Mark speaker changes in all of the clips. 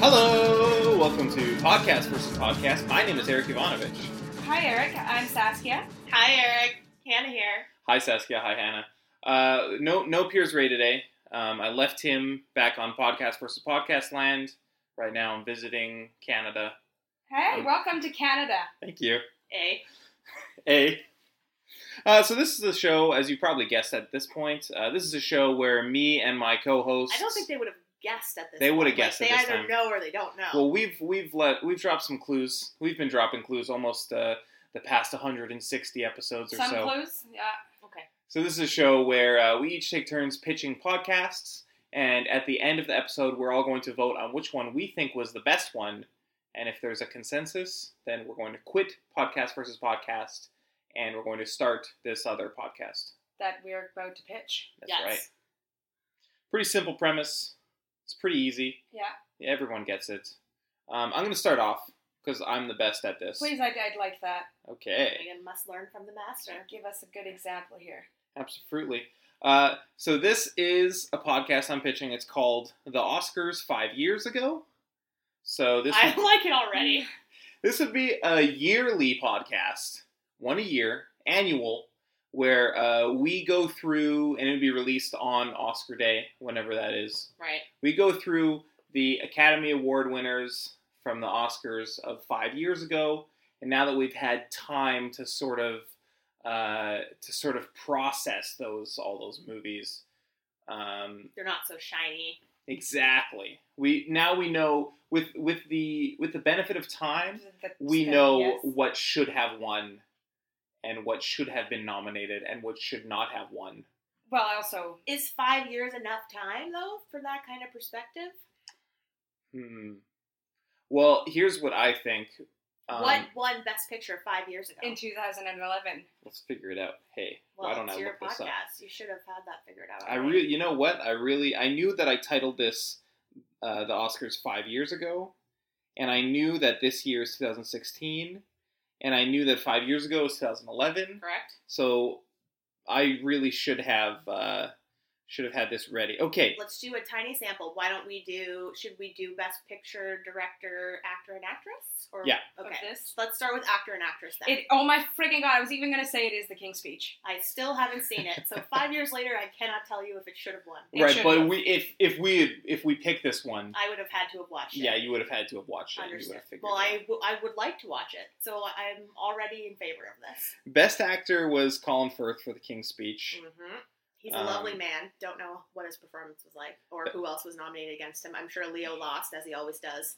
Speaker 1: Hello, welcome to Podcast versus Podcast. My name is Eric Ivanovich.
Speaker 2: Hi, Eric. I'm Saskia.
Speaker 3: Hi, Eric. Hannah here.
Speaker 1: Hi, Saskia. Hi, Hannah. Uh, no, no Piers Ray today. Um, I left him back on Podcast versus Podcast land. Right now, I'm visiting Canada.
Speaker 2: Hey, welcome to Canada.
Speaker 1: Thank you.
Speaker 3: A.
Speaker 1: A. Uh, so this is a show, as you probably guessed at this point. Uh, this is a show where me and my co-hosts.
Speaker 3: I don't think they would have guessed at this.
Speaker 1: They would have
Speaker 3: point.
Speaker 1: guessed
Speaker 3: Like,
Speaker 1: at
Speaker 3: they
Speaker 1: this
Speaker 3: either
Speaker 1: time.
Speaker 3: know or they don't know.
Speaker 1: Well, we've we've let we've dropped some clues. We've been dropping clues almost uh, the past 160 episodes or
Speaker 2: Some
Speaker 1: so.
Speaker 2: clues. Yeah.
Speaker 3: okay.
Speaker 1: So this is a show where uh, we each take turns pitching podcasts, and at the end of the episode, we're all going to vote on which one we think was the best one. And if there's a consensus, then we're going to quit podcast versus podcast, and we're going to start this other podcast.
Speaker 2: that we're about to pitch.
Speaker 1: That's
Speaker 3: yes.
Speaker 1: right. Pretty simple premise. It's pretty easy.
Speaker 2: Yeah.
Speaker 1: Everyone gets it. Um, I'm going to start off because I'm the best at this.
Speaker 2: Please, I'd, I'd like that.
Speaker 1: Okay.
Speaker 3: Megan must learn from the master.
Speaker 2: Give us a good example here.
Speaker 1: Absolutely. Uh, so this is a podcast I'm pitching. It's called The Oscars Five Years Ago. So this Mm.
Speaker 3: I
Speaker 1: would,
Speaker 3: like it already.
Speaker 1: this would be a yearly podcast, one a year, annual, where uh, we go through and it would be released on Oscar Day, whenever that is.
Speaker 3: Right.
Speaker 1: We go through the Academy Award winners from the Oscars of five years ago, and now that we've had time to sort of uh, to sort of process those all those movies, um,
Speaker 3: They're not so shiny.
Speaker 1: exactly. We now we know with with the with the benefit of time,
Speaker 2: The-
Speaker 1: we
Speaker 2: the-
Speaker 1: know
Speaker 2: yes.
Speaker 1: what should have won, and what should have been nominated, and what should not have won.
Speaker 2: Well, also,
Speaker 3: Is five years enough time though for that kind of perspective?
Speaker 1: Hmm. Well, here's what I think. Um,
Speaker 3: what won Best Picture five years ago?
Speaker 2: in 2011.
Speaker 1: Let's figure it out. Hey,
Speaker 3: well,
Speaker 1: why don't
Speaker 3: it's
Speaker 1: I
Speaker 3: your
Speaker 1: look this up?
Speaker 3: podcast. You should have had that figured out.
Speaker 1: I
Speaker 3: already.
Speaker 1: really, you know what? I really, I knew that I titled this uh, the Oscars five years ago, and I knew that this year is 2016, and I knew that five years ago was 2011.
Speaker 3: correct.
Speaker 1: So I really should have uh, should have had this ready. Okay,
Speaker 3: Let's do a tiny sample. Why don't we do? Should we do Best Picture, Director, Actor, and Actress? Or
Speaker 1: Yeah.
Speaker 3: Okay.
Speaker 2: Of this?
Speaker 3: Let's start with Actor and Actress then.
Speaker 2: It, oh my freaking god, I was even going to say it is the King's Speech.
Speaker 3: I still haven't seen it, so five years later, I cannot tell you if it should have won.
Speaker 2: It
Speaker 1: right,
Speaker 2: should
Speaker 1: but
Speaker 2: have.
Speaker 1: we if if we if we pick this one,
Speaker 3: I would have had to have watched it.
Speaker 1: yeah, you would have had to have watched it. and You would
Speaker 3: understand.
Speaker 1: have figured
Speaker 3: Well,
Speaker 1: it out.
Speaker 3: I, w- I would like to watch it, so I'm already in favor of this.
Speaker 1: Best actor was Colin Firth for The King's Speech.
Speaker 3: Mm-hmm. He's a
Speaker 1: Um, uh,
Speaker 3: lovely man. Don't know what his performance was like or who else was nominated against him. I'm sure Leo lost, as he always does.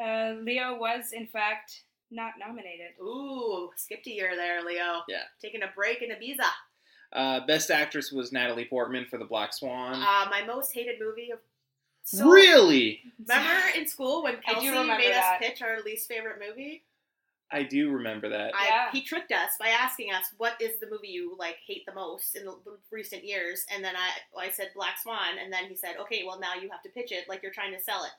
Speaker 2: Uh, Leo was, in fact, not nominated.
Speaker 3: Ooh, skipped a year there, Leo.
Speaker 1: Yeah.
Speaker 3: Taking a break in Ibiza.
Speaker 1: Uh, bbest actress was Natalie Portman for The Black Swan.
Speaker 3: Uh, my most hated movie of. So,
Speaker 1: Um, really?
Speaker 3: Remember in school when
Speaker 2: I do
Speaker 3: Kelsey
Speaker 2: remember
Speaker 3: made
Speaker 2: that.
Speaker 3: us pitch our least favorite movie?
Speaker 1: I do remember that.
Speaker 3: I,
Speaker 2: Yeah.
Speaker 3: He tricked us by asking us what is the movie you like hate the most in the l- recent years, and then I I said Black Swan, and then he said, okay, well now you have to pitch it like you're trying to sell it.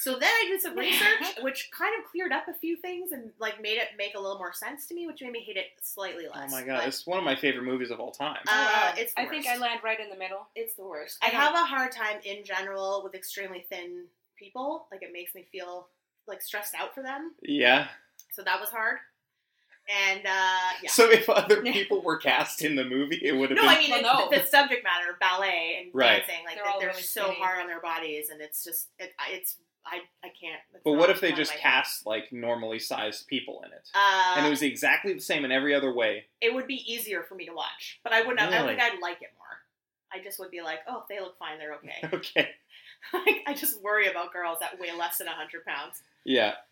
Speaker 3: So then I did some research, which kind of cleared up a few things and like made it make a little more sense to me, which made me hate it slightly
Speaker 1: oh
Speaker 3: less.
Speaker 1: my god,
Speaker 3: but
Speaker 1: it's one of my favorite movies of all time.
Speaker 3: Uh,
Speaker 2: Oh, wow.
Speaker 3: it's
Speaker 2: I think I
Speaker 3: worse.
Speaker 2: land right in the middle.
Speaker 3: it's the worst.
Speaker 2: I
Speaker 3: I
Speaker 2: don't-
Speaker 3: have a hard time in general with extremely thin people. Like it makes me feel like stressed out for them.
Speaker 1: yeah.
Speaker 3: So that was hard. And uh, yeah.
Speaker 1: So if other people were cast in the movie, it would have
Speaker 3: No,
Speaker 1: been.
Speaker 3: I mean
Speaker 2: Well,
Speaker 3: it's-
Speaker 2: no.
Speaker 3: the subject matter of ballet and
Speaker 1: Right.
Speaker 3: dancing, like
Speaker 2: They're
Speaker 3: they're,
Speaker 2: all
Speaker 3: they're
Speaker 2: really
Speaker 3: so
Speaker 2: skinny.
Speaker 3: hard on their bodies, and it's just it, I- it's I I can't. it's
Speaker 1: but
Speaker 3: not
Speaker 1: what if they
Speaker 3: one of
Speaker 1: just
Speaker 3: my-
Speaker 1: cast like normally sized people in it,
Speaker 3: Uh,
Speaker 1: and it was exactly the same in every other way?
Speaker 3: it would be easier for me to watch, but I wouldn't. I don't
Speaker 1: Really?
Speaker 3: think I'd like it more. I just would be like, oh, they look fine, they're okay.
Speaker 1: Okay.
Speaker 3: like, I just worry about girls that weigh less than hundred pounds.
Speaker 1: Yeah.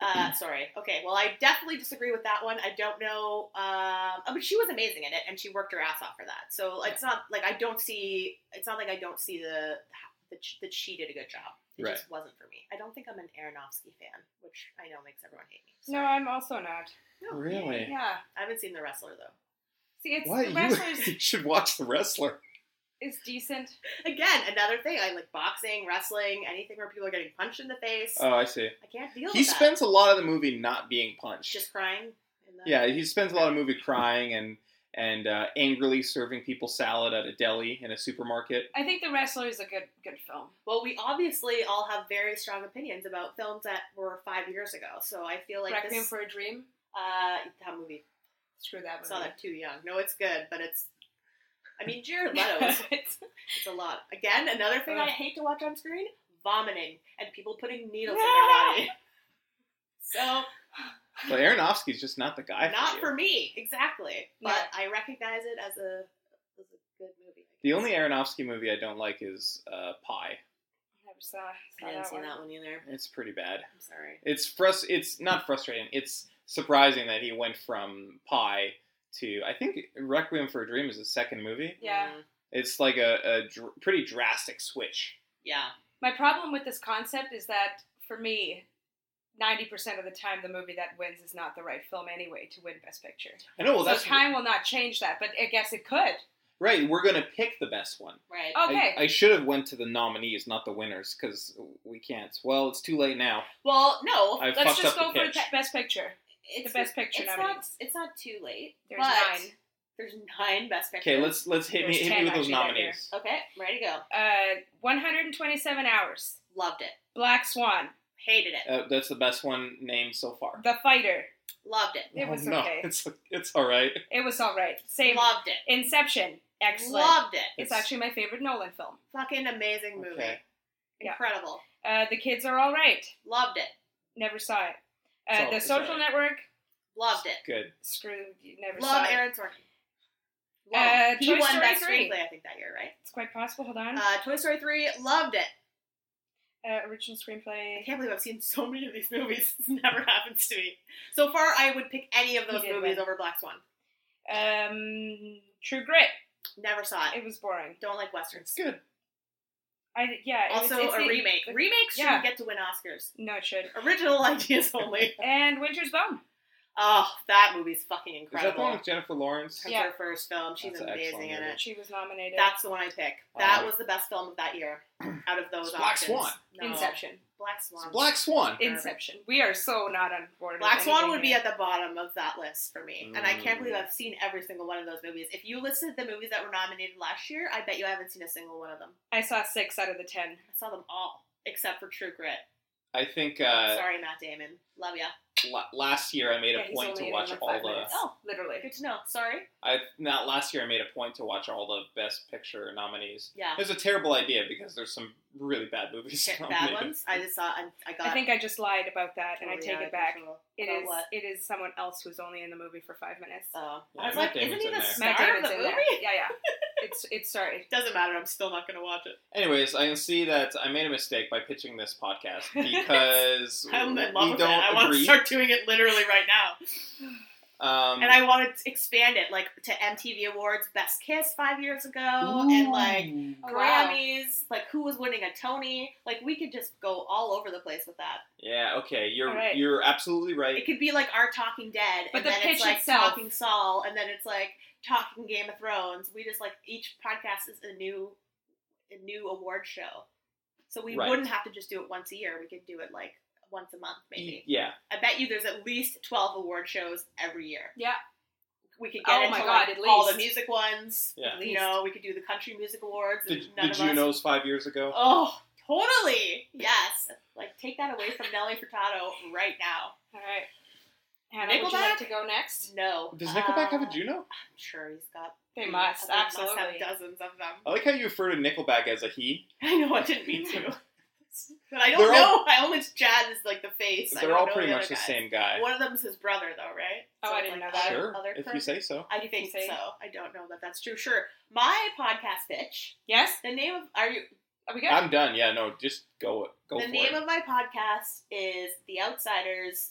Speaker 3: Uh, sorry. Okay. Well, I definitely disagree with that one. I don't know. Um, oh, but she was amazing in it, and she worked her ass off for that. So it's not like I don't see. It's not like I don't see the that sh- that she did a good job. It
Speaker 1: Right.
Speaker 3: just wasn't for me. I don't think I'm an Aronofsky fan, which I know makes everyone hate me.
Speaker 2: No, I'm also not.
Speaker 3: No,
Speaker 1: Really?
Speaker 2: Yeah.
Speaker 3: I haven't seen The Wrestler though.
Speaker 2: See, it's
Speaker 1: What
Speaker 2: the
Speaker 1: you,
Speaker 2: wrestlers
Speaker 1: you should watch the wrestler.
Speaker 2: is decent.
Speaker 3: Again, another thing. I like boxing, wrestling, anything where people are getting punched in the face.
Speaker 1: Oh, I see.
Speaker 3: I can't deal.
Speaker 1: He
Speaker 3: with that.
Speaker 1: spends a lot of the movie not being punched.
Speaker 3: just crying. In the,
Speaker 1: Yeah, he spends a lot of movie crying and and uh, angrily serving people salad at a deli in a supermarket.
Speaker 2: I think The Wrestler is a good good film.
Speaker 3: Well, we obviously all have very strong opinions about films that were five years ago. So I feel like
Speaker 2: Requiem
Speaker 3: this,
Speaker 2: for a Dream.
Speaker 3: uh, that movie.
Speaker 2: Screw that
Speaker 3: I
Speaker 2: one.
Speaker 3: saw that too young. No, it's good, but it's. I mean, Jared Leto's.
Speaker 2: It's-
Speaker 3: it's a lot. Again, another thing I
Speaker 2: Ugh.
Speaker 3: hate to watch on screen: vomiting and people putting needles in their body. So
Speaker 1: But Aronofsky's just not the guy.
Speaker 3: not
Speaker 1: you.
Speaker 3: for me, exactly. But
Speaker 2: Yeah.
Speaker 3: I recognize it as a as a good movie.
Speaker 1: The only Aronofsky movie I don't like is uh, Pie.
Speaker 2: Never saw, saw
Speaker 3: I haven't
Speaker 2: that
Speaker 3: seen
Speaker 2: one.
Speaker 3: that one either.
Speaker 1: It's pretty bad.
Speaker 3: I'm sorry.
Speaker 1: It's frus- It's not frustrating. It's surprising that he went from Pie to I think Requiem for a Dream is his second movie.
Speaker 2: Yeah.
Speaker 3: Mm,
Speaker 1: It's like a, a dr- pretty drastic switch.
Speaker 3: yeah.
Speaker 2: My problem with this concept is that for me, ninety percent of the time, the movie that wins is not the right film anyway to win Best Picture.
Speaker 1: I know. Well,
Speaker 2: so
Speaker 1: that's
Speaker 2: time will not change that, but I guess it could.
Speaker 1: right. We're gonna pick the best one.
Speaker 3: Right.
Speaker 1: I-
Speaker 2: Okay.
Speaker 1: I, should have went to the nominees, not the winners, because we can't. Well, it's too late now.
Speaker 3: Well, no.
Speaker 1: I
Speaker 2: Let's
Speaker 1: fucked
Speaker 2: just
Speaker 1: up
Speaker 2: go
Speaker 1: the
Speaker 2: for
Speaker 1: pitch.
Speaker 2: the pe- Best Picture.
Speaker 3: It's
Speaker 2: Best Picture
Speaker 3: it's Not,
Speaker 2: nominees.
Speaker 3: it's not too late.
Speaker 2: There's
Speaker 3: but
Speaker 2: nine.
Speaker 3: There's nine best pictures.
Speaker 1: Okay, let's let's hit me
Speaker 2: There's
Speaker 1: hit me
Speaker 2: 10
Speaker 1: with those
Speaker 2: actually right
Speaker 1: nominees.
Speaker 3: Okay, I'm ready to go.
Speaker 2: Uh, one hundred and twenty-seven hours.
Speaker 3: Loved it.
Speaker 2: Black Swan.
Speaker 3: Hated it.
Speaker 1: Uh, that's the best one named so far.
Speaker 2: The Fighter.
Speaker 3: Loved it.
Speaker 2: It was
Speaker 1: Oh, no,
Speaker 2: okay.
Speaker 1: It's it's all right.
Speaker 2: It was all right. Same.
Speaker 3: Loved it.
Speaker 2: Inception. Excellent.
Speaker 3: Loved it.
Speaker 2: It's actually my favorite Nolan film.
Speaker 3: Fucking amazing movie.
Speaker 1: Okay.
Speaker 2: Yeah.
Speaker 3: Incredible.
Speaker 2: Uh, the kids are all right.
Speaker 3: Loved it.
Speaker 2: Never saw it.
Speaker 1: It's
Speaker 2: Uh,
Speaker 1: all-
Speaker 2: the
Speaker 1: it's
Speaker 2: Social
Speaker 1: all right.
Speaker 2: Network.
Speaker 3: Loved it.
Speaker 1: Good.
Speaker 2: Screw. You never
Speaker 3: Love
Speaker 2: saw it.
Speaker 3: Aaron Sorkin.
Speaker 2: Uh,
Speaker 3: Love. he
Speaker 2: Toy
Speaker 3: won
Speaker 2: Story
Speaker 3: best
Speaker 2: 3.
Speaker 3: screenplay, I think, that year, right?
Speaker 2: It's quite possible. Hold on. Uh,
Speaker 3: Uh, Toy Story 3, loved it.
Speaker 2: original
Speaker 3: I
Speaker 2: screenplay.
Speaker 3: can't believe I've seen so many of these movies. This never happens to me. So far, I would pick any of those
Speaker 2: did
Speaker 3: movies
Speaker 2: win.
Speaker 3: over Black Swan.
Speaker 2: Um, True Grit.
Speaker 3: Never saw it.
Speaker 2: It was boring.
Speaker 3: Don't like westerns.
Speaker 1: Good.
Speaker 2: I yeah. it was-
Speaker 3: Also,
Speaker 2: it's
Speaker 3: a
Speaker 2: the-
Speaker 3: remake.
Speaker 2: the-
Speaker 3: Remakes should
Speaker 2: yeah.
Speaker 3: get to win Oscars.
Speaker 2: no, it should.
Speaker 3: Original ideas only.
Speaker 2: And Winter's Bone.
Speaker 3: oh, that movie's fucking
Speaker 1: Is that the
Speaker 3: incredible.
Speaker 1: one with Jennifer Lawrence?
Speaker 3: That's
Speaker 2: Yeah.
Speaker 3: her first film. She's
Speaker 1: That's an
Speaker 3: amazing
Speaker 1: excellent
Speaker 3: in
Speaker 1: movie.
Speaker 3: it.
Speaker 2: She was nominated.
Speaker 3: That's the one I pick. That
Speaker 1: Um,
Speaker 3: was the best film of that year out of those.
Speaker 1: It's Black
Speaker 3: options.
Speaker 1: Swan.
Speaker 3: No.
Speaker 2: Inception.
Speaker 3: Black
Speaker 1: It's
Speaker 3: Swan.
Speaker 1: Black Swan.
Speaker 2: Inception. We are so not on board. with
Speaker 3: Black Swan
Speaker 2: anything
Speaker 3: would be
Speaker 2: here.
Speaker 3: at the bottom of that list for me, and I can't believe
Speaker 1: Mm.
Speaker 3: I've seen every single one of those movies. If you listed the movies that were nominated last year, I bet you I haven't seen a single one of them.
Speaker 2: I saw six out of the ten.
Speaker 3: I saw them all except for True Grit.
Speaker 1: I think uh,
Speaker 3: Sorry, Matt Damon. Love ya.
Speaker 1: la- last year I made
Speaker 2: Yeah,
Speaker 1: a
Speaker 2: he's
Speaker 1: point
Speaker 2: only
Speaker 1: to
Speaker 2: in
Speaker 1: watch
Speaker 2: like
Speaker 1: all
Speaker 2: five
Speaker 1: the.
Speaker 2: minutes.
Speaker 3: Oh.
Speaker 2: literally.
Speaker 3: Good to know. Sorry.
Speaker 1: I not last year I made a point to watch all the Best Picture nominees.
Speaker 3: Yeah.
Speaker 1: It was a terrible idea because there's some really bad movies.
Speaker 3: Bad
Speaker 1: nominated.
Speaker 3: ones. I just saw. I, I got.
Speaker 2: I think I just lied about that, and I
Speaker 3: totally
Speaker 2: take
Speaker 3: out
Speaker 2: it
Speaker 3: of
Speaker 2: back.
Speaker 3: control.
Speaker 2: It
Speaker 3: About
Speaker 2: is.
Speaker 3: what?
Speaker 2: It is someone else who's only in the movie for five minutes.
Speaker 3: Oh.
Speaker 1: Yeah,
Speaker 3: I was
Speaker 1: Matt
Speaker 3: like, isn't
Speaker 1: Damon's
Speaker 3: he
Speaker 1: in
Speaker 3: the
Speaker 1: there.
Speaker 2: Matt
Speaker 3: star of the
Speaker 2: Damon's in
Speaker 3: movie?
Speaker 2: there. Yeah, yeah. It's it's sorry.
Speaker 3: Doesn't matter. I'm still not gonna watch it.
Speaker 1: Anyways, I can see that I made a mistake by pitching this podcast because
Speaker 3: I'm in love
Speaker 1: we
Speaker 3: with
Speaker 1: don't
Speaker 3: it. I want to
Speaker 1: agree.
Speaker 3: start doing it literally right now.
Speaker 1: Um,
Speaker 3: And I want to expand it, like to MTV Awards Best Kiss five years ago, and like
Speaker 2: Oh, wow.
Speaker 3: Grammys, like who was winning a Tony. Like we could just go all over the place with that.
Speaker 1: yeah, okay, you're
Speaker 2: All right.
Speaker 1: you're absolutely
Speaker 3: It
Speaker 1: right.
Speaker 3: could be like our Talking Dead,
Speaker 2: But
Speaker 3: and
Speaker 2: the
Speaker 3: then
Speaker 2: pitch
Speaker 3: it's like
Speaker 2: itself-
Speaker 3: Talking Saul, and then it's like Talking Game of Thrones. We just like each podcast is a new, a new award show, so we
Speaker 1: Right.
Speaker 3: wouldn't have to just do it once a year. We could do it like once a month, maybe.
Speaker 1: Yeah,
Speaker 3: I bet you there's at least 12 award shows every year.
Speaker 2: Yeah.
Speaker 3: We could
Speaker 2: Oh
Speaker 3: get
Speaker 2: my
Speaker 3: into
Speaker 2: God,
Speaker 3: like,
Speaker 2: at
Speaker 3: all the
Speaker 2: least.
Speaker 3: music ones.
Speaker 1: Yeah.
Speaker 2: At
Speaker 3: You
Speaker 2: least.
Speaker 3: know, we could do the country music awards.
Speaker 1: the,
Speaker 3: and
Speaker 1: the
Speaker 3: none of us.
Speaker 1: Junos five years ago.
Speaker 3: Oh, totally. Yes. Like, take that away from Nelly Furtado right now.
Speaker 2: All right. Hannah, would you like
Speaker 3: Nickelback?
Speaker 2: to go next?
Speaker 3: No.
Speaker 1: Does Nickelback have
Speaker 3: Uh,
Speaker 1: a Juno?
Speaker 3: I'm sure he's got.
Speaker 2: They must,
Speaker 3: Mm, I mean,
Speaker 2: absolutely.
Speaker 3: Must have dozens of them.
Speaker 1: I like how you refer to Nickelback as a he.
Speaker 3: I know I didn't mean to. but I don't
Speaker 1: They're
Speaker 3: know.
Speaker 1: all-
Speaker 3: I only Chad is like the face. I
Speaker 1: They're
Speaker 3: don't
Speaker 1: all
Speaker 3: know
Speaker 1: pretty
Speaker 3: other
Speaker 1: much the
Speaker 3: guys.
Speaker 1: same guy.
Speaker 3: One of them's his brother, though, right?
Speaker 2: Oh,
Speaker 3: So
Speaker 2: I
Speaker 3: it's,
Speaker 2: didn't
Speaker 3: like,
Speaker 2: know that.
Speaker 3: other-
Speaker 1: sure,
Speaker 3: other
Speaker 1: if you
Speaker 3: current-
Speaker 1: say so.
Speaker 3: I think
Speaker 2: say?
Speaker 3: so. I don't know that that's true. Sure. My podcast pitch.
Speaker 2: Yes.
Speaker 3: The name of are you?
Speaker 2: Are we good?
Speaker 1: I'm done. Yeah, no, just go go
Speaker 3: the
Speaker 1: for
Speaker 3: name
Speaker 1: it.
Speaker 3: of my podcast is The Outsiders.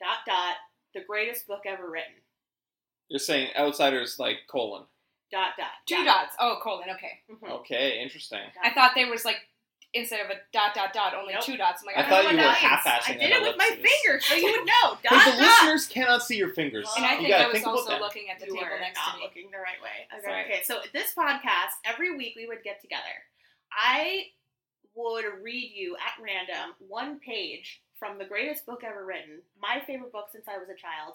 Speaker 3: Dot dot. The greatest book ever written.
Speaker 1: You're saying outsiders like colon.
Speaker 3: Dot dot.
Speaker 2: Two dots. Oh, colon. Okay.
Speaker 3: Mhm.
Speaker 1: Okay, interesting.
Speaker 2: I thought there was like instead of a dot dot dot only
Speaker 3: Nope.
Speaker 2: two dots. I'm like,
Speaker 1: I
Speaker 2: don't
Speaker 1: thought
Speaker 2: know
Speaker 1: you
Speaker 2: what
Speaker 1: were
Speaker 2: that means.
Speaker 3: Oh
Speaker 1: half-assed.
Speaker 3: I
Speaker 1: passing
Speaker 3: did it
Speaker 1: an
Speaker 3: with my
Speaker 1: ellipsis.
Speaker 3: finger, so you would know.
Speaker 1: But
Speaker 3: Dot
Speaker 1: the
Speaker 3: dot.
Speaker 1: listeners cannot see your fingers.
Speaker 2: And I
Speaker 3: Oh.
Speaker 1: you
Speaker 2: think
Speaker 1: gotta
Speaker 2: I was
Speaker 1: think about
Speaker 2: also
Speaker 1: that.
Speaker 2: looking at the
Speaker 3: You
Speaker 2: table
Speaker 3: are
Speaker 2: next
Speaker 3: not
Speaker 2: to me.
Speaker 3: looking the right way. Okay,
Speaker 2: Sorry.
Speaker 3: okay, so this podcast every week we would get together. I would read you at random one page from the greatest book ever written, my favorite book since I was a child,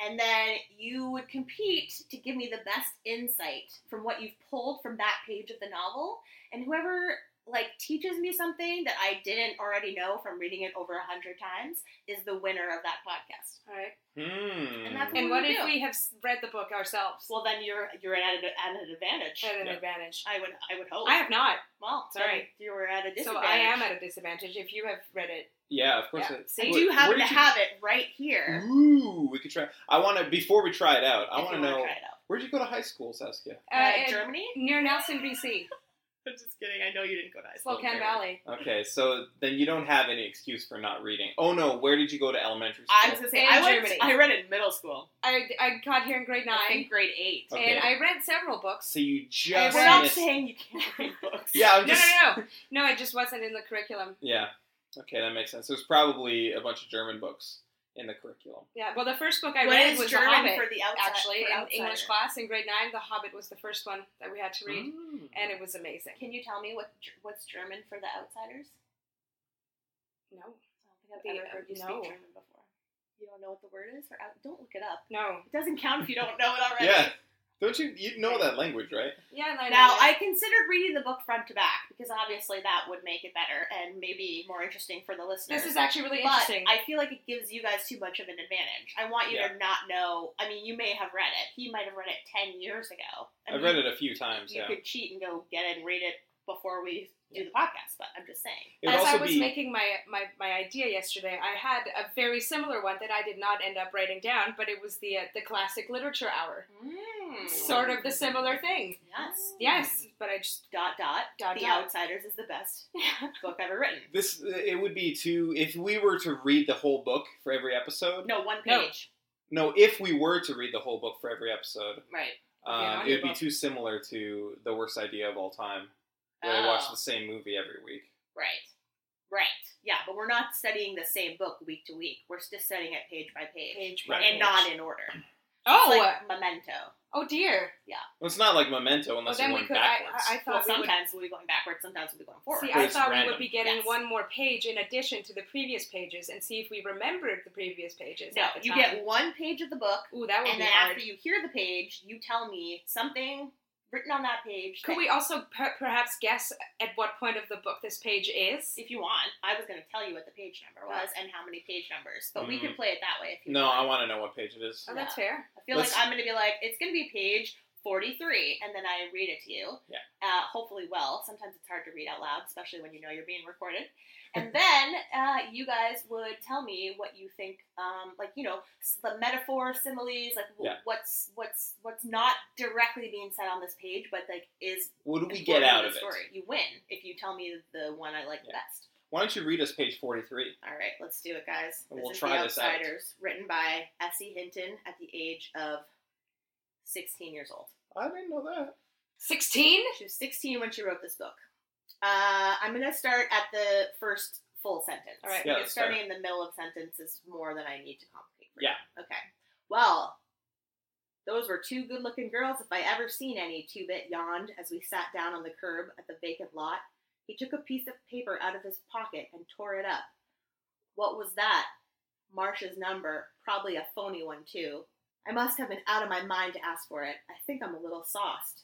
Speaker 3: and then you would compete to give me the best insight from what you've pulled from that page of the novel. And whoever like teaches me something that I didn't already know from reading it over a hundred times is the winner of that podcast.
Speaker 2: All right.
Speaker 1: Hmm.
Speaker 3: And that's
Speaker 2: And
Speaker 3: we
Speaker 2: what
Speaker 3: would
Speaker 2: if
Speaker 3: do.
Speaker 2: we have s- read the book ourselves?
Speaker 3: Well, then you're you're at, a, at an advantage.
Speaker 2: At an
Speaker 1: Yeah.
Speaker 2: advantage.
Speaker 3: I would I would hope.
Speaker 2: I have not,
Speaker 3: well,
Speaker 2: sorry.
Speaker 3: sorry, you were at a
Speaker 2: so
Speaker 3: disadvantage.
Speaker 2: I am at a disadvantage. If you have read it,
Speaker 1: Yeah, of course.
Speaker 2: Yeah.
Speaker 1: it-
Speaker 2: See?
Speaker 3: I
Speaker 1: Wait,
Speaker 3: do happen
Speaker 1: where
Speaker 3: to
Speaker 1: did you-
Speaker 3: have it right here.
Speaker 1: Ooh, we could try. I want to before we try it out. I
Speaker 3: if
Speaker 1: want to
Speaker 3: you Mm-hmm. wanna
Speaker 1: know
Speaker 3: Try it out.
Speaker 1: where'd you go to high school, Saskia?
Speaker 2: uh,
Speaker 3: Uh,
Speaker 2: in-
Speaker 3: Germany?
Speaker 2: near Nelson, BC,
Speaker 3: I'm just kidding. I know you didn't go to high school.
Speaker 2: Spokane
Speaker 1: Okay.
Speaker 2: Valley.
Speaker 1: Okay, so then you don't have any excuse for not reading. Oh no, where did you go to elementary
Speaker 3: I was
Speaker 1: school?
Speaker 3: gonna say
Speaker 2: In
Speaker 3: I went.
Speaker 2: Germany.
Speaker 3: I read in middle school.
Speaker 2: I, I got here in grade nine,
Speaker 3: I think grade eight.
Speaker 1: Okay.
Speaker 2: and I read several books.
Speaker 1: so you
Speaker 2: I
Speaker 1: just
Speaker 3: We're not
Speaker 1: missed-
Speaker 3: saying you can't read books.
Speaker 1: Yeah, I'm
Speaker 2: No,
Speaker 1: just
Speaker 2: no, no, no. It just wasn't in the curriculum.
Speaker 1: yeah. Okay, that makes sense. There's probably a bunch of German books in the curriculum.
Speaker 2: Yeah. Well, the first book I
Speaker 3: What
Speaker 2: read
Speaker 3: is
Speaker 2: was
Speaker 3: German
Speaker 2: The Hobbit.
Speaker 3: for the outside?
Speaker 2: actually,
Speaker 3: for
Speaker 2: in
Speaker 3: outsider?
Speaker 2: English class in grade nine, The Hobbit was the first one that we had to read,
Speaker 1: Mm.
Speaker 2: and it was amazing.
Speaker 3: Can you tell me what Ger- what's German for the outsiders?
Speaker 2: No,
Speaker 3: I don't
Speaker 2: The-
Speaker 3: think I've ever heard you
Speaker 2: no.
Speaker 3: speak German before. You don't know what the word is, or out- don't look it up.
Speaker 2: no.
Speaker 3: It doesn't count if you don't know it already.
Speaker 1: Yeah, don't you you know that language, right?
Speaker 2: Yeah, and I
Speaker 3: Now,
Speaker 2: know that.
Speaker 3: I considered reading the book front to back because obviously that would make it better and maybe more interesting for the listeners.
Speaker 2: this is actually really
Speaker 3: but
Speaker 2: interesting.
Speaker 3: I feel like it gives you guys too much of an advantage. I want you to not know. I mean, you may have read it. He might have read it ten years ago. I
Speaker 1: I've
Speaker 3: mean,
Speaker 1: read it a few times.
Speaker 3: You
Speaker 1: Yeah,
Speaker 3: could cheat and go get it and read it before we do the podcast. But I'm just saying.
Speaker 1: it would
Speaker 2: As I
Speaker 1: also
Speaker 2: was
Speaker 1: be
Speaker 2: making my, my, my idea yesterday, I had a very similar one that I did not end up writing down, but it was the uh, the classic literature hour,
Speaker 1: Hmm.
Speaker 2: sort of the similar thing.
Speaker 3: Yes.
Speaker 2: Yes, but I just
Speaker 3: Dot dot.
Speaker 2: Dot,
Speaker 3: the
Speaker 2: dot.
Speaker 3: Outsiders is the best book ever written.
Speaker 1: this. It would be too if we were to read the whole book for every episode.
Speaker 3: No, one
Speaker 2: No.
Speaker 3: page.
Speaker 1: No, if we were to read the whole book for every episode,
Speaker 3: Right.
Speaker 1: um, it
Speaker 2: an
Speaker 1: would be
Speaker 2: audiobook.
Speaker 1: too similar to the worst idea of all time, where they
Speaker 2: Oh.
Speaker 1: watch the same movie every week.
Speaker 3: Right. Right. Yeah, but we're not studying the same book week to week. We're just studying it page by page.
Speaker 2: page
Speaker 1: Right.
Speaker 3: And not in order.
Speaker 2: Oh,
Speaker 3: It's like memento.
Speaker 2: oh dear.
Speaker 1: Well, it's not like Memento
Speaker 2: Well,
Speaker 1: unless
Speaker 2: then
Speaker 1: you're
Speaker 2: we
Speaker 1: going
Speaker 2: could. I,
Speaker 1: backwards.
Speaker 2: I, I
Speaker 3: Well,
Speaker 2: thought we would.
Speaker 3: sometimes we'll be going backwards, sometimes we'll be going forward.
Speaker 2: See,
Speaker 1: But
Speaker 2: I
Speaker 1: it's
Speaker 2: thought we
Speaker 1: random.
Speaker 2: would be getting
Speaker 3: Yes.
Speaker 2: one more page in addition to the previous pages and see if we remembered the previous pages.
Speaker 3: no,
Speaker 2: at the
Speaker 3: you
Speaker 2: time.
Speaker 3: get one page of the book,
Speaker 2: Ooh, that would
Speaker 3: and
Speaker 2: be
Speaker 3: then
Speaker 2: hard.
Speaker 3: after you hear the page, you tell me something written on that page.
Speaker 2: Could
Speaker 3: that-
Speaker 2: we also per- perhaps guess at what point of the book this page is?
Speaker 3: If you want, I was going to tell you what the page number was and how many page numbers, but we
Speaker 1: Mm.
Speaker 3: could play it that way if you
Speaker 1: no, I
Speaker 3: want.
Speaker 1: want to know what page it is.
Speaker 2: Oh, that's
Speaker 3: Yeah.
Speaker 2: fair.
Speaker 3: I feel
Speaker 1: Let's-
Speaker 3: like I'm going to be like, it's going to be page 43, and then I read it to you.
Speaker 1: Yeah.
Speaker 3: Uh, hopefully, well. Sometimes it's hard to read out loud, especially when you know you're being recorded. And then uh, you guys would tell me what you think, um, like you know, s- the metaphor, similes, like w-
Speaker 1: Yeah.
Speaker 3: what's what's what's not directly being said on this page, but like is
Speaker 1: What do we
Speaker 3: important
Speaker 1: get
Speaker 3: to
Speaker 1: out
Speaker 3: the
Speaker 1: of it?
Speaker 3: story. You win if you tell me the one I like
Speaker 1: Yeah.
Speaker 3: best.
Speaker 1: Why don't you read us page 43?
Speaker 3: All right, let's do it, guys.
Speaker 1: And we'll
Speaker 3: is
Speaker 1: try
Speaker 3: the
Speaker 1: this out.
Speaker 3: Outsiders, written by Essie Hinton at the age of 16 years old.
Speaker 1: I didn't know that.
Speaker 2: 16?
Speaker 3: She was 16 when she wrote this book. Uh, I'm going to start at the first full sentence.
Speaker 2: All right.
Speaker 1: Yeah,
Speaker 3: Because
Speaker 1: let's
Speaker 3: starting in the middle of sentence is more than I need to complicate. for you.
Speaker 1: Yeah.
Speaker 3: Okay. Well, those were two good-looking girls if I ever seen any. Two Bit yawned as we sat down on the curb at the vacant lot. He took a piece of paper out of his pocket and tore it up. What was that? Marcia's number, probably a phony one too. I must have been out of my mind to ask for it. I think I'm a little sauced.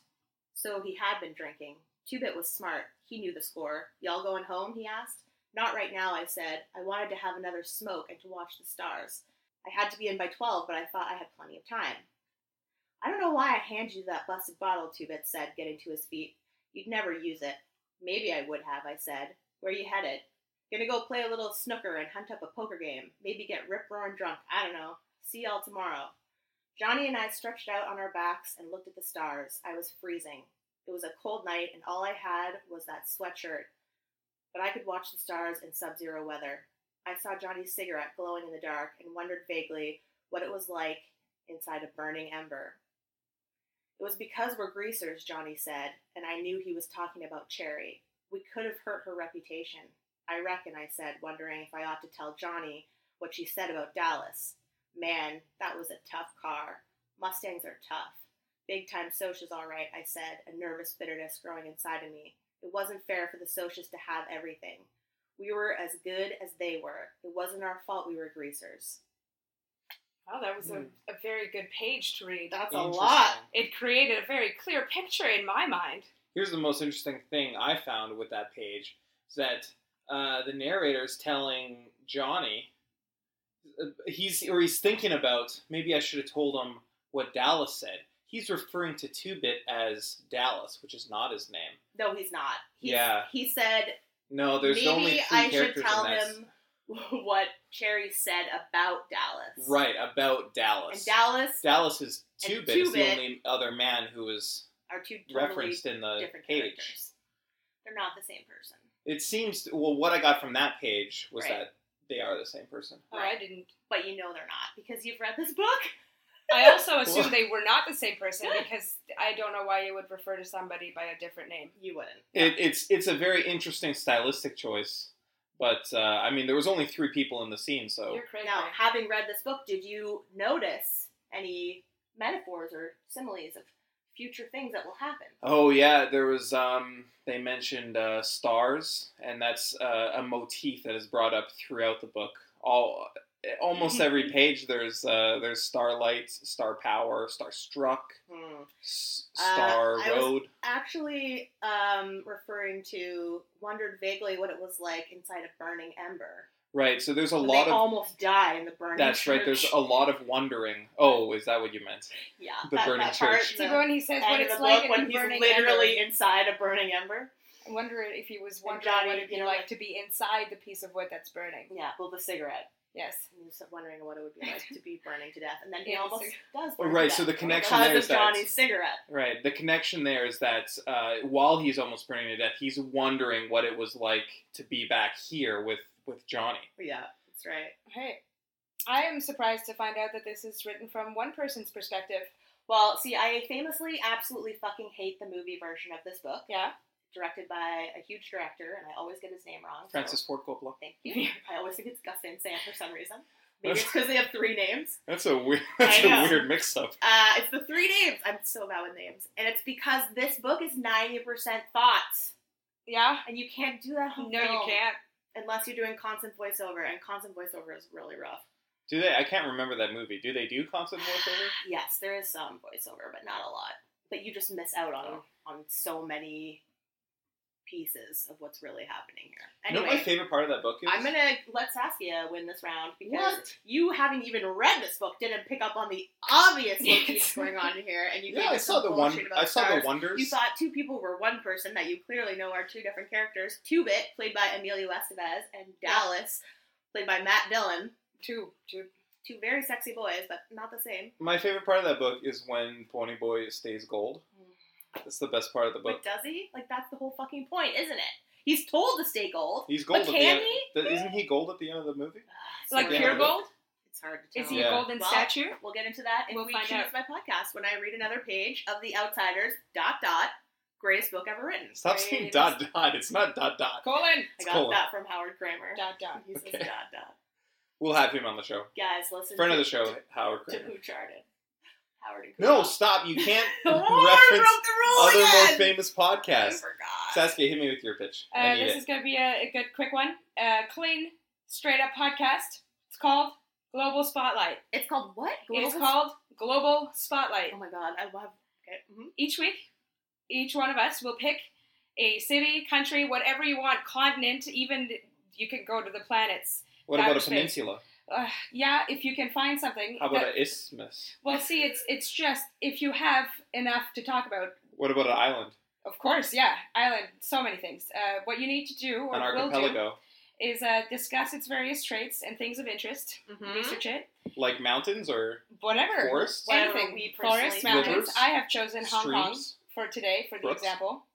Speaker 3: So he had been drinking. Two Bit was smart. He knew the score. Y'all going home? He asked. Not right now, I said. I wanted to have another smoke and to watch the stars. I had to be in by 12, but I thought I had plenty of time. I don't know why I handed you that busted bottle, Two Bit said, getting to his feet. You'd never use it. Maybe I would have, I said. Where you headed? Gonna go play a little snooker and hunt up a poker game. Maybe get rip roaring drunk. I don't know. See y'all tomorrow. Johnny and I stretched out on our backs and looked at the stars. I was freezing. It was a cold night, and all I had was that sweatshirt. But I could watch the stars in sub zero weather. I saw Johnny's cigarette glowing in the dark and wondered vaguely what it was like inside a burning ember. It was because we're greasers, Johnny said, and I knew he was talking about Cherry. We could have hurt her reputation. I reckon, I said, wondering if I ought to tell Johnny what she said about Dallas. Man, that was a tough car. Mustangs are tough. Big time Socias, all right, I said, a nervous bitterness growing inside of me. It wasn't fair for the Socias to have everything. We were as good as they were. It wasn't our fault we were greasers.
Speaker 2: Oh, that was a, a very good page to read.
Speaker 3: That's a
Speaker 1: Interesting.
Speaker 3: lot.
Speaker 2: It created a very clear picture in my mind.
Speaker 1: Here's the most interesting thing I found with that page is that uh, the narrator is telling Johnny uh, he's or he's thinking about maybe I should have told him what Dallas said. He's referring to Two Bit as Dallas, which is not his name.
Speaker 3: No, he's not. He's,
Speaker 1: Yeah.
Speaker 3: He said
Speaker 1: No, there's
Speaker 3: maybe
Speaker 1: only three
Speaker 3: I should
Speaker 1: characters
Speaker 3: tell
Speaker 1: in that.
Speaker 3: him what Cherry said about Dallas.
Speaker 1: Right about Dallas.
Speaker 3: And Dallas
Speaker 1: Dallas is
Speaker 3: And
Speaker 1: Two Bit is the
Speaker 3: Two-Bit-
Speaker 1: only other man who was
Speaker 3: are two totally
Speaker 1: referenced in the
Speaker 3: different
Speaker 1: page.
Speaker 3: characters. They're not the same person.
Speaker 1: It seems well. What I got from that page was
Speaker 3: Right.
Speaker 1: that they are the same person.
Speaker 2: Oh, I
Speaker 3: Right.
Speaker 2: didn't.
Speaker 3: But you know they're not because you've read this book.
Speaker 2: I also assumed
Speaker 1: Well-
Speaker 2: they were not the same person because I don't know why you would refer to somebody by a different name.
Speaker 3: You wouldn't.
Speaker 1: It, it's it's a very interesting stylistic choice, but uh, I mean there was only three people in the scene, so
Speaker 2: You're crazy.
Speaker 3: Now, having read this book, did you notice any metaphors or similes of future things that will happen?
Speaker 1: oh yeah, there was um they mentioned uh, stars, and that's uh, a motif that is brought up throughout the book. All almost every page there's uh, there's starlight, star power, star struck, s-
Speaker 3: Uh,
Speaker 1: star
Speaker 3: I was-
Speaker 1: road.
Speaker 3: Actually, um, referring to wondered vaguely what it was like inside a burning ember.
Speaker 1: Right, so there's a
Speaker 3: When
Speaker 1: lot
Speaker 3: they
Speaker 1: of
Speaker 3: almost die in the burning.
Speaker 1: That's right. There's
Speaker 3: church.
Speaker 1: a lot of wondering. Oh, is that what you meant?
Speaker 3: yeah
Speaker 1: the
Speaker 3: that,
Speaker 1: burning
Speaker 3: that part,
Speaker 1: church.
Speaker 2: See
Speaker 3: the
Speaker 2: when he
Speaker 3: end
Speaker 2: says what
Speaker 3: of
Speaker 2: it's
Speaker 3: the
Speaker 2: like
Speaker 3: book
Speaker 2: in
Speaker 3: when
Speaker 2: the
Speaker 3: he's
Speaker 2: burning
Speaker 3: literally
Speaker 2: ember.
Speaker 3: inside a burning ember.
Speaker 2: I wonder if he was
Speaker 3: And
Speaker 2: wondering
Speaker 3: Johnny,
Speaker 2: what it'd be
Speaker 3: you know,
Speaker 2: like
Speaker 3: like-
Speaker 2: to be inside the piece of wood that's burning.
Speaker 3: Yeah, well, the cigarette.
Speaker 2: Yes.
Speaker 3: And he's wondering what it would be like to be burning to death, and then he
Speaker 2: Yeah, the
Speaker 3: almost
Speaker 2: cig-
Speaker 3: does.
Speaker 1: Oh,
Speaker 3: Burn to
Speaker 1: right, so
Speaker 3: death
Speaker 1: the connection
Speaker 3: because
Speaker 1: there
Speaker 3: of
Speaker 1: is that-
Speaker 3: Johnny's cigarette.
Speaker 1: Right. The connection there is that uh, while he's almost burning to death, he's wondering what it was like to be back here with with Johnny.
Speaker 3: Yeah, that's right.
Speaker 2: Hey, I am surprised to find out that this is written from one person's perspective.
Speaker 3: Well, see, I famously absolutely fucking hate the movie version of this book,
Speaker 2: Yeah.
Speaker 3: directed by a huge director, and I always get his name wrong. so
Speaker 1: Francis Ford Coppola.
Speaker 3: Thank you. I always think it's Gus Van Sant for some reason. Maybe it's because they have three names.
Speaker 1: That's a weird.
Speaker 3: that's I a know.
Speaker 1: weird mix-up.
Speaker 3: Uh, it's the three names. I'm so bad with names, and it's because this book is ninety percent thoughts,
Speaker 2: Yeah.
Speaker 3: and you can't do that. on
Speaker 2: No, you
Speaker 3: film
Speaker 2: can't.
Speaker 3: unless you're doing constant voiceover, and constant voiceover is really rough.
Speaker 1: Do they? I can't remember that movie. Do they do constant voiceover?
Speaker 3: Yes, there is some voiceover, but not a lot. But you just miss out on
Speaker 1: Oh.
Speaker 3: on so many pieces of what's really happening
Speaker 1: You
Speaker 3: here.
Speaker 1: know what my
Speaker 3: Anyway,
Speaker 1: favorite part of that book is?
Speaker 3: I'm gonna let Saskia win this round because
Speaker 1: What?
Speaker 3: you haven't even read this book, didn't pick up on the obvious
Speaker 2: Yes.
Speaker 3: motifs going on here, and you
Speaker 1: Yeah,
Speaker 3: gave
Speaker 1: I
Speaker 3: us
Speaker 1: saw
Speaker 3: some
Speaker 1: the one.
Speaker 3: bullshit about
Speaker 1: I saw
Speaker 3: stars.
Speaker 1: the wonders.
Speaker 3: You thought two people were one person that you clearly know are two different characters. Two Bit, played by Emilio Estevez, and Dallas, played by Matt Dillon.
Speaker 2: Two. Two.
Speaker 3: Two very sexy boys, but not the same.
Speaker 1: my favorite part of that book is when Pony Boy stays gold.
Speaker 3: Mm.
Speaker 1: That's the best part of the book.
Speaker 3: But does he? Like that's the whole fucking point, isn't it? He's told to stay gold.
Speaker 1: He's gold.
Speaker 3: But
Speaker 1: at the
Speaker 3: can
Speaker 1: end.
Speaker 3: he?
Speaker 1: Th- Isn't he gold at the end of the movie?
Speaker 2: Like
Speaker 1: Yeah.
Speaker 2: pure gold?
Speaker 3: It's hard to tell.
Speaker 2: Is he
Speaker 1: Yeah.
Speaker 2: a golden
Speaker 3: Well,
Speaker 2: statue?
Speaker 3: We'll get into that if
Speaker 2: We'll
Speaker 3: we
Speaker 2: find
Speaker 3: choose
Speaker 2: out.
Speaker 3: my podcast when I read another page of The Outsiders. Dot dot. Greatest book ever written.
Speaker 1: Stop saying
Speaker 2: Greatest-
Speaker 1: dot dot. It's not dot dot.
Speaker 2: Colon.
Speaker 3: I
Speaker 1: It's
Speaker 3: got
Speaker 1: colon.
Speaker 3: that from Howard Kramer.
Speaker 2: Dot dot.
Speaker 3: He says
Speaker 1: Okay.
Speaker 3: dot dot.
Speaker 1: We'll have him on the show.
Speaker 3: Guys, listen.
Speaker 1: Friend
Speaker 3: to,
Speaker 1: of the show, Howard
Speaker 3: To
Speaker 1: Kramer.
Speaker 3: who charted? Howard and
Speaker 1: No,
Speaker 3: Kumar.
Speaker 1: stop. You can't
Speaker 3: oh, I
Speaker 1: reference
Speaker 3: broke the
Speaker 1: other
Speaker 3: rule
Speaker 1: more
Speaker 3: again.
Speaker 1: famous
Speaker 3: I
Speaker 1: podcasts.
Speaker 3: forgot.
Speaker 1: Saskia, hit me with your pitch. I
Speaker 2: Uh,
Speaker 1: need
Speaker 2: this
Speaker 1: it.
Speaker 2: is going to be a, a good quick one. Uh, clean, straight up podcast. It's called Global Spotlight.
Speaker 3: it's called what?
Speaker 2: It's
Speaker 3: Global-
Speaker 2: called Global Spotlight.
Speaker 3: Oh my god, I love. Okay. mhm.
Speaker 2: Each week, each one of us will pick a city, country, whatever you want, continent, even you can go to the planets.
Speaker 1: what about a
Speaker 2: Outer space.
Speaker 1: peninsula?
Speaker 2: Uh, yeah, if you can find something.
Speaker 1: How about
Speaker 2: that-
Speaker 1: an isthmus?
Speaker 2: Well, see, it's it's just if you have enough to talk about.
Speaker 1: What about an island?
Speaker 2: Of course, yeah, island, so many things. Uh, what you need to do or
Speaker 1: An
Speaker 2: will do
Speaker 1: archipelago?
Speaker 2: is uh, discuss its various traits and things of interest.
Speaker 1: Hmm?
Speaker 3: Mhm.
Speaker 2: Research it,
Speaker 1: Like mountains or
Speaker 2: whatever,
Speaker 1: forests?
Speaker 3: Well,
Speaker 2: anything.
Speaker 3: we personally-
Speaker 2: Forests, mountains.
Speaker 1: Rivers?
Speaker 2: I have chosen Hong Kong
Speaker 1: Streams?
Speaker 2: for today for the
Speaker 1: Brooks?
Speaker 2: example.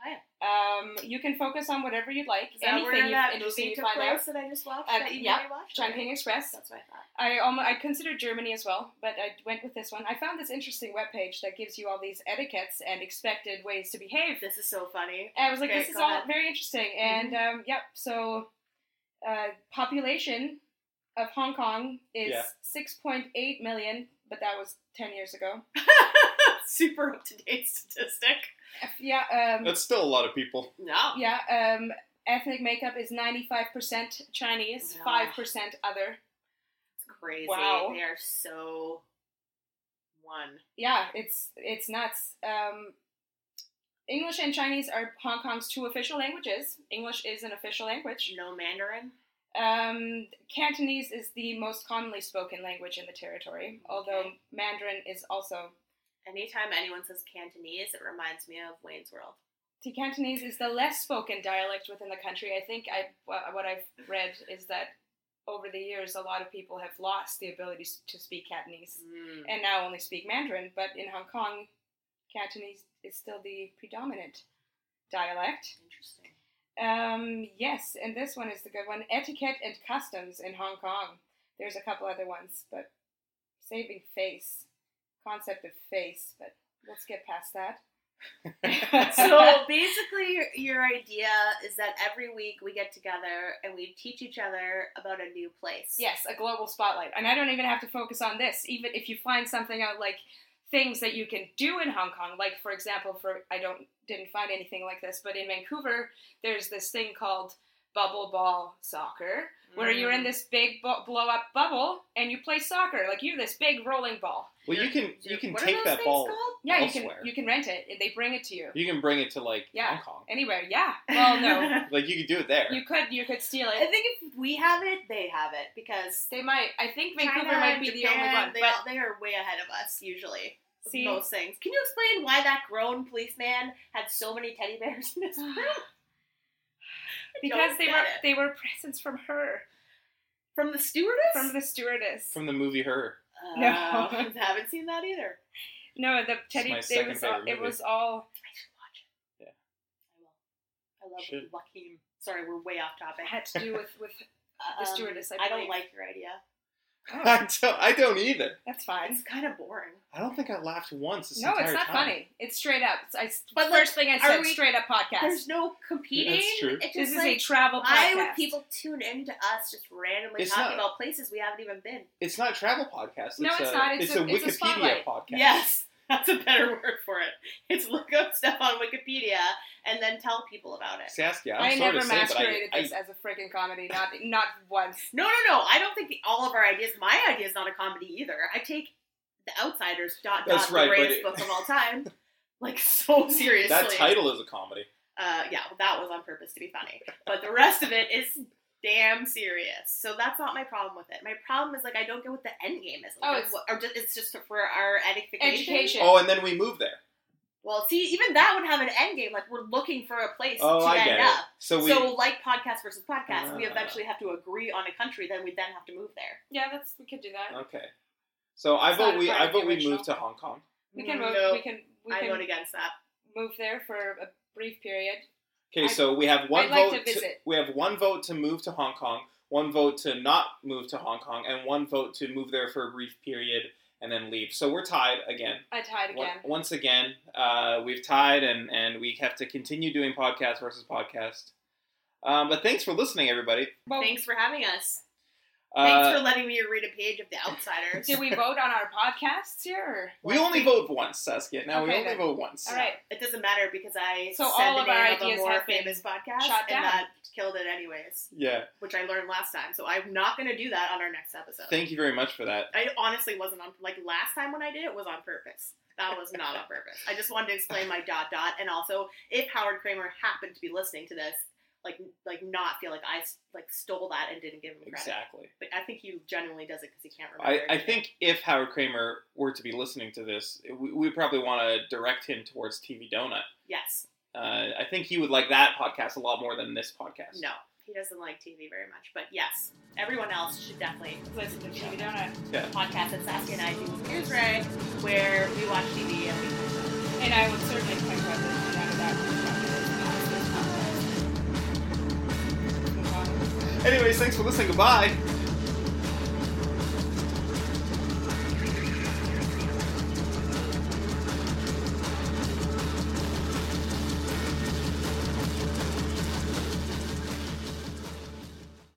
Speaker 3: Okay.
Speaker 2: Um, you can focus on whatever you'd like.
Speaker 3: Is that where
Speaker 2: Anything
Speaker 3: that
Speaker 2: you interesting
Speaker 3: movie
Speaker 2: you
Speaker 3: took
Speaker 2: find out.
Speaker 3: place that I just watched?
Speaker 2: Uh,
Speaker 3: that you
Speaker 2: yeah,
Speaker 3: already watched? Okay.
Speaker 2: Chongping Express.
Speaker 3: That's what I thought.
Speaker 2: I almost I considered Germany as well, but I went with this one. I found this interesting webpage that gives you all these etiquettes and expected ways to behave.
Speaker 3: This is so funny.
Speaker 2: And I was like,
Speaker 3: Okay,
Speaker 2: this is
Speaker 3: go
Speaker 2: all
Speaker 3: ahead. Mm-hmm.
Speaker 2: very interesting. And um, yep, so uh, population of Hong Kong is
Speaker 1: Yeah.
Speaker 2: 6.8 million, but that was 10 years ago.
Speaker 3: Super up to date statistic.
Speaker 2: F- yeah, um,
Speaker 1: That's still a lot of people.
Speaker 3: No.
Speaker 2: yeah. Um, ethnic makeup is 95% Chinese,
Speaker 3: Yeah.
Speaker 2: 5% other.
Speaker 3: crazy.
Speaker 2: Wow.
Speaker 3: They are so one.
Speaker 2: yeah, it's it's nuts. Um, English and Chinese are Hong Kong's two official languages. English is an official language.
Speaker 3: No Mandarin.
Speaker 2: Um, Cantonese is the most commonly spoken language in the territory, although Mandarin is also.
Speaker 3: Anytime anyone says Cantonese, it reminds me of Wayne's World.
Speaker 2: The Cantonese is the less spoken dialect within the country. I think I wha- what I've read is that over the years, a lot of people have lost the ability s- to speak Cantonese
Speaker 3: Hmm. Mm-hmm.
Speaker 2: and now only speak Mandarin. But in Hong Kong, Cantonese is still the predominant dialect.
Speaker 3: Interesting.
Speaker 2: Um, yes, and this one is the good one. Etiquette and customs in Hong Kong. There's a couple other ones, but saving face, concept of face, but let's get past that.
Speaker 3: so basically, your, your idea is that every week we get together and we teach each other about a new place.
Speaker 2: Yes, a global spotlight. And I don't even have to focus on this. Even if you find something out like things that you can do in Hong Kong, like for example, for I don't didn't find anything like this, but in Vancouver, there's this thing called bubble ball soccer where you're
Speaker 3: Hmm.
Speaker 1: Mm.
Speaker 2: in this big bo- blow up bubble and you play soccer like you're this big rolling ball.
Speaker 1: well, you can you can
Speaker 3: What are
Speaker 1: take
Speaker 3: those
Speaker 1: that
Speaker 3: things
Speaker 1: ball.
Speaker 3: called?
Speaker 2: Yeah,
Speaker 1: Elsewhere.
Speaker 2: you can you can rent it and they bring it to you.
Speaker 1: You can bring it to like
Speaker 2: Yeah.
Speaker 1: Hong Kong.
Speaker 2: Anywhere, yeah. Well, no.
Speaker 1: Like you could do it there.
Speaker 2: you could you could steal
Speaker 3: I
Speaker 2: it.
Speaker 3: think if we have it, they have it because
Speaker 2: They might. I think Vancouver
Speaker 3: China
Speaker 2: might
Speaker 3: and
Speaker 2: be the
Speaker 3: Japan,
Speaker 2: only one.
Speaker 3: They,
Speaker 2: but
Speaker 3: all- they are way ahead of us usually. with
Speaker 2: See-
Speaker 3: most things. Can you explain why that grown policeman had so many teddy bears in his room?
Speaker 2: because
Speaker 3: don't
Speaker 2: they
Speaker 3: get
Speaker 2: were
Speaker 3: it.
Speaker 2: they were presents from her.
Speaker 3: From the stewardess?
Speaker 2: from the stewardess.
Speaker 1: From the movie Her.
Speaker 3: Uh,
Speaker 2: No.
Speaker 3: haven't seen that either.
Speaker 2: no, the teddy.
Speaker 1: my
Speaker 2: It
Speaker 1: second
Speaker 2: was all,
Speaker 1: favorite
Speaker 2: it
Speaker 1: movie.
Speaker 2: was all.
Speaker 3: I should watch it.
Speaker 1: Yeah.
Speaker 3: I will. I love
Speaker 1: Should.
Speaker 3: Joaquin. Sorry, we're way off topic.
Speaker 2: had to do with with.
Speaker 3: Um,
Speaker 2: stewardess, I
Speaker 3: don't
Speaker 2: believe.
Speaker 3: like your idea.
Speaker 2: Oh.
Speaker 1: I don't. I don't either.
Speaker 2: That's fine.
Speaker 3: It's kind of boring.
Speaker 1: I don't think I laughed once. This
Speaker 2: no, it's
Speaker 1: entire
Speaker 2: not
Speaker 1: time.
Speaker 2: funny. It's straight up. It's, I,
Speaker 3: But, like,
Speaker 2: first thing I
Speaker 3: are
Speaker 2: said,
Speaker 3: we-
Speaker 2: straight up podcast.
Speaker 3: There's no competing.
Speaker 1: That's true.
Speaker 3: It's
Speaker 2: This
Speaker 3: just
Speaker 2: is
Speaker 3: like,
Speaker 2: a travel podcast.
Speaker 3: why would people tune in to us just randomly
Speaker 1: It's
Speaker 3: talking
Speaker 1: not-
Speaker 3: about places we haven't even been?
Speaker 1: It's not a travel podcast.
Speaker 2: No,
Speaker 1: it's
Speaker 2: it's
Speaker 1: a,
Speaker 2: not. It's
Speaker 1: a,
Speaker 2: a- it's a
Speaker 1: Wikipedia
Speaker 2: spotlight.
Speaker 1: podcast.
Speaker 3: Yes, that's a better word for it. It's look up stuff on Wikipedia and then tell people about it.
Speaker 1: Saskia, I'm sorry
Speaker 2: I never
Speaker 1: to say, but I-
Speaker 2: masqueraded
Speaker 1: I,
Speaker 2: this as a freaking comedy. Not not once.
Speaker 3: No, no, no. I don't think the, all of our ideas. My idea is not a comedy either. I take The Outsiders. Dot
Speaker 1: That's
Speaker 3: dot
Speaker 1: right,
Speaker 3: the
Speaker 1: but
Speaker 3: greatest
Speaker 1: it-
Speaker 3: book of all time. Like so seriously.
Speaker 1: that title is a comedy.
Speaker 3: Uh, yeah, well, that was on purpose to be funny. But the rest of it is damn serious. So that's not my problem with it. My problem is like I don't get what the end game is.
Speaker 2: Oh,
Speaker 3: Like,
Speaker 2: it's-
Speaker 3: what- or just, it's just for our edification.
Speaker 2: Education.
Speaker 1: Oh, and then we move there.
Speaker 3: Well, see, even that would have an end game. Like we're looking for a place
Speaker 1: Oh,
Speaker 3: to
Speaker 1: I
Speaker 3: end
Speaker 1: get
Speaker 3: up.
Speaker 1: it. So we.
Speaker 3: so like podcast versus podcast, we
Speaker 1: Ah.
Speaker 3: eventually have to agree on a country, then we then have to move there.
Speaker 2: Yeah, that's we could do that.
Speaker 1: okay. So I
Speaker 2: It's
Speaker 1: vote
Speaker 2: not
Speaker 1: we.
Speaker 2: part of
Speaker 1: I vote
Speaker 2: the
Speaker 1: we
Speaker 2: original.
Speaker 1: move to Hong Kong.
Speaker 2: We can move.
Speaker 3: No,
Speaker 2: We can we
Speaker 3: I
Speaker 2: can
Speaker 3: vote against that.
Speaker 2: move there for a brief period.
Speaker 1: Okay,
Speaker 2: I-
Speaker 1: so we have one
Speaker 2: I'd like
Speaker 1: vote.
Speaker 2: to visit.
Speaker 1: we have one vote to move to Hong Kong, one vote to not move to Hong Kong, and one vote to move there for a brief period and then leave. So we're tied again.
Speaker 2: I tied
Speaker 1: Once-
Speaker 2: again.
Speaker 1: Once again, uh, we've tied, and and we have to continue doing podcast versus podcast. Um, but thanks for listening, everybody.
Speaker 2: Well,
Speaker 3: Thanks for having us.
Speaker 1: Uh,
Speaker 3: Thanks for letting me read a page of The Outsiders.
Speaker 2: did we vote on our podcasts here? Or
Speaker 1: we only vote once, Saskia. Now we
Speaker 2: Okay,
Speaker 1: only
Speaker 2: then.
Speaker 1: vote once.
Speaker 2: All right.
Speaker 3: It doesn't matter because I
Speaker 2: So
Speaker 3: said
Speaker 2: all
Speaker 3: the
Speaker 2: of our
Speaker 3: name
Speaker 2: ideas
Speaker 3: a more
Speaker 2: have been
Speaker 3: famous podcast
Speaker 2: shot down.
Speaker 3: and that killed it anyways,
Speaker 1: Yeah.
Speaker 3: which I learned last time. So I'm not going to do that on our next episode.
Speaker 1: Thank you very much for that.
Speaker 3: I honestly wasn't on like last time when I did it was on purpose. That was not on purpose. I just wanted to explain my dot dot and also if Howard Kramer happened to be listening to this, like like not feel like I like stole that and didn't give him credit.
Speaker 1: Exactly.
Speaker 3: But I think he genuinely does it because he can't
Speaker 1: I,
Speaker 3: remember.
Speaker 1: I
Speaker 3: anything.
Speaker 1: think if Howard Kramer were to be listening to this, we, we'd probably want to direct him towards TV Donut.
Speaker 3: yes,
Speaker 1: Uh, I think he would like that podcast a lot more than this podcast.
Speaker 3: no, he doesn't like TV very much. But yes, everyone else should definitely
Speaker 2: Listen to TV Donut.
Speaker 3: podcast that Saskia and I do with Here's Ray, where we watch TV and we
Speaker 2: And I would certainly claim credit for none of that.
Speaker 1: Anyways, thanks for listening. Goodbye.